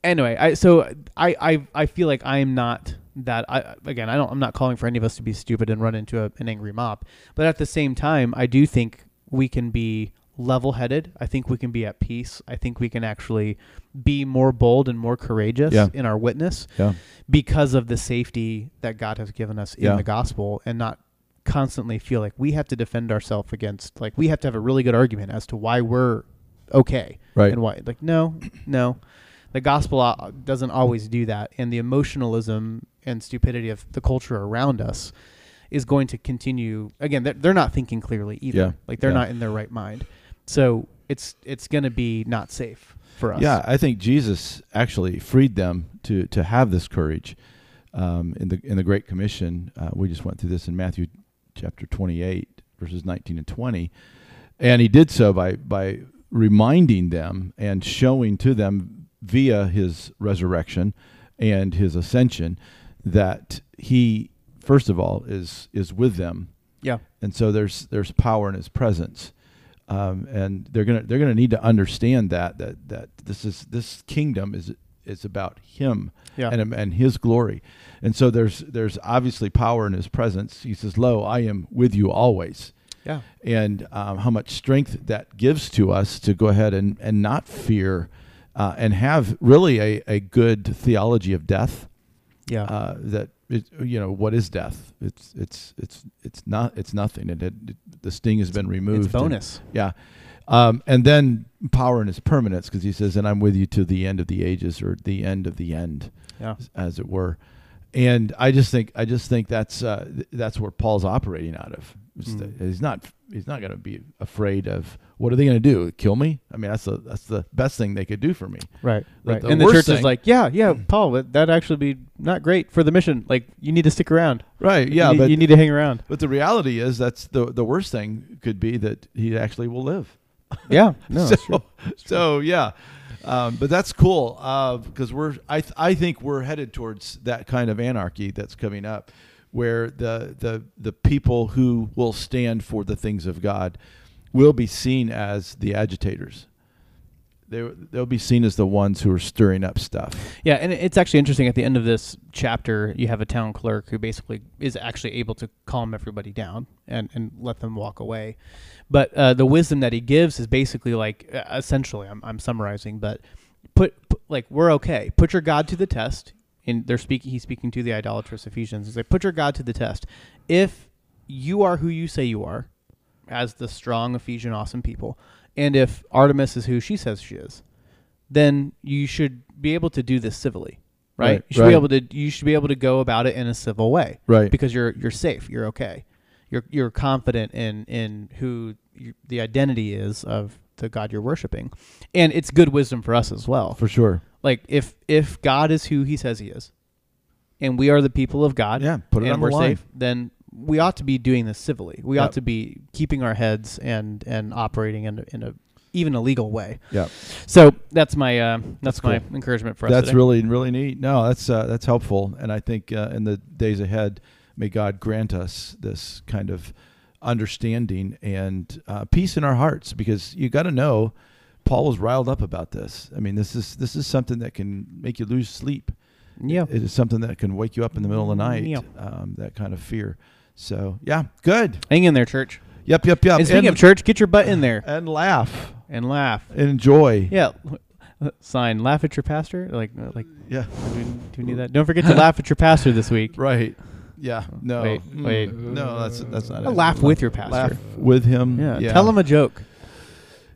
C: anyway, I so I I I feel like I am not that I again I don't I'm not calling for any of us to be stupid and run into a, an angry mob, but at the same time I do think we can be level-headed. I think we can be at peace. I think we can actually be more bold and more courageous
B: Yeah.
C: in our witness
B: Yeah.
C: because of the safety that God has given us in
B: Yeah.
C: the gospel and not constantly feel like we have to defend ourselves against like we have to have a really good argument as to why we're okay
B: Right.
C: and why like no no the gospel uh, doesn't always do that and the emotionalism and stupidity of the culture around us is going to continue again they're, they're not thinking clearly either
B: Yeah.
C: like they're
B: Yeah.
C: not in their right mind so it's it's going to be not safe for us
B: Yeah, I think Jesus actually freed them to to have this courage. Um, in the in the Great Commission, uh, we just went through this in Matthew chapter twenty eight, verses nineteen and twenty, and he did so by by reminding them and showing to them via his resurrection and his ascension that he first of all is is with them
C: yeah
B: and so there's there's power in his presence um, and they're gonna they're gonna need to understand that that that this is this kingdom is is about him
C: Yeah.
B: and and his glory and so there's there's obviously power in his presence he says lo i am with you always
C: yeah
B: and um, how much strength that gives to us to go ahead and, and not fear uh, and have really a, a good theology of death
C: yeah
B: uh, that it, you know what is death? It's it's it's it's not it's nothing. It, it the sting has been removed.
C: it's bonus
B: And- yeah, um, and then power and his permanence because he says, "And I'm with you to the end of the ages, or the end of the end,
C: yeah
B: as it were." And I just think I just think that's uh, th- that's where Paul's operating out of. It's the-
C: Mm.
B: He's not he's not going to be afraid of what are they going to do? Kill me? I mean, that's the that's the best thing they could do for me.
C: Right,
B: The-
C: right.
B: the
C: and the
B: worst
C: church
B: thing-
C: is like, yeah, yeah, Paul, that- that'd actually be not great for the mission. Like, you need to stick around.
B: Right? Yeah,
C: you,
B: but
C: you need to hang around.
B: But the reality is that's the the worst thing could be that he actually will live.
C: Yeah, no,
B: so,
C: that's true.
B: so yeah. Um, but that's cool because we're I th- I think we're headed towards that kind of anarchy that's coming up, where the the the people who will stand for the things of God will be seen as the agitators. They, they'll be seen as the ones who are stirring up stuff.
C: Yeah, and it's actually interesting. At the end of this chapter, you have a town clerk who basically is actually able to calm everybody down and, and let them walk away. But uh, the wisdom that he gives is basically like, uh, essentially, I'm, I'm summarizing, but put, put like we're okay. Put your God to the test. And they're speaking. He's speaking to the idolatrous Ephesians. He's like, put your God to the test. If you are who you say you are, as the strong Ephesian awesome people, and if Artemis is who she says she is, then you should be able to do this civilly, right?
B: Right,
C: you should
B: right.
C: be able to you should be able to go about it in a civil way,
B: Right.
C: Because you're you're safe, you're okay, you're you're confident in in who you, the identity is of the God you're worshiping, and it's good wisdom for us as well.
B: Oh, For sure.
C: Like if if God is who He says He is, and we are the people of God,
B: Yeah, put it
C: and
B: on the
C: we're
B: line.
C: safe, then we ought to be doing this civilly. We
B: Yep.
C: ought to be keeping our heads and and operating in a- in a even a legal way.
B: Yeah.
C: So that's my uh, that's,
B: cool.
C: my encouragement for us.
B: That's
C: today.
B: really really neat. No, that's uh, that's helpful, and I think uh, in the days ahead, may God grant us this kind of understanding and uh, peace in our hearts, because you got to know, Paul was riled up about this. I mean, this is this is something that can make you lose sleep.
C: yeah.
B: It is something that can wake you up in the middle of the night.
C: Yeah.
B: Um, that kind of fear. So yeah, good.
C: Hang in there, church.
B: Yep, yep, yep.
C: And speaking of church, get your butt in there
B: and laugh,
C: and laugh.
B: enjoy.
C: Yeah. Sign. Laugh at your pastor. Like uh, like.
B: Yeah.
C: Do we, do we need that? Don't forget to laugh at your pastor this week.
B: Right. Yeah.
C: Oh.
B: No. Mm.
C: Wait, wait.
B: No, that's that's not it.
C: Laugh with your pastor.
B: laugh with him.
C: Yeah. Tell him a joke.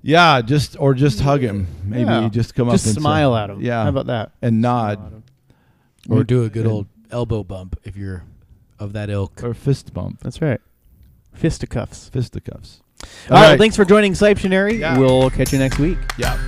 B: Yeah, just or just hug him. Maybe
C: Yeah.
B: just come
C: Just
B: up and
C: smile at him.
B: Yeah.
C: How about that?
B: and nod
A: or
B: Mm.
A: do a good
B: and-
A: old elbow bump if you're of that ilk.
B: or fist bump,
C: That's right. Fisticuffs.
B: fisticuffs.
C: All right. Thanks for joining Siptionary.
B: Yeah.
C: We'll catch you next week.
B: Yeah.